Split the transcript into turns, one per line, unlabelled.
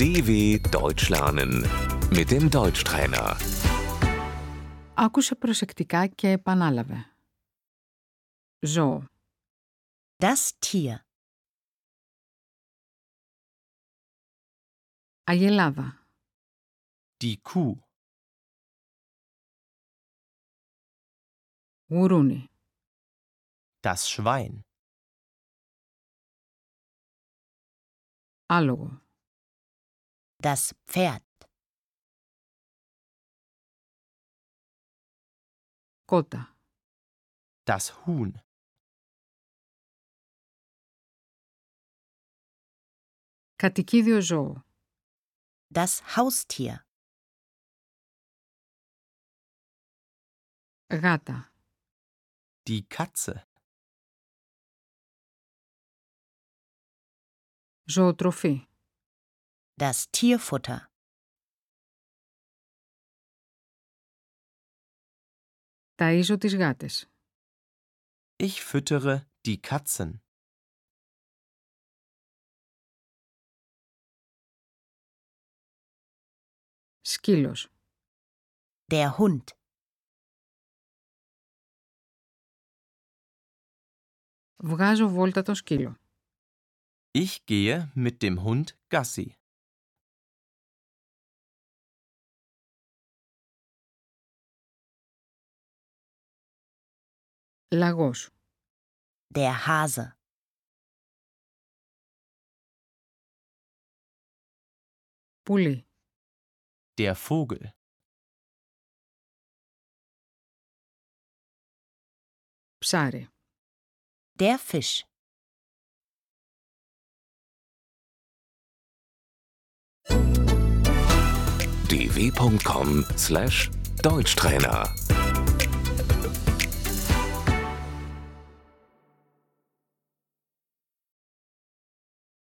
DW Deutsch lernen mit dem Deutschtrainer.
Άκουσε προσεκτικά και επανάλαβε. Ζώο.
Das Tier.
Αγελάδα.
Die Kuh.
Γουρούνι.
Das Schwein.
Άλογο.
Das Pferd.
Κότα.
Das Huhn.
Κατοικίδιο ζώο.
Das Haustier.
Γάτα.
Die Katze.
Ζωοτροφή.
Das Tierfutter.
Ταΐζω τις γάτες.
Ich füttere die Katzen.
Σκύλος.
Der Hund.
Βγάζω βόλτα το σκύλο.
Ich gehe mit dem Hund Gassi.
Λαγός.
Der Hase.
Πουλί.
Der Vogel.
Ψάρι.
Der Fisch.
dw.com/deutschtrainer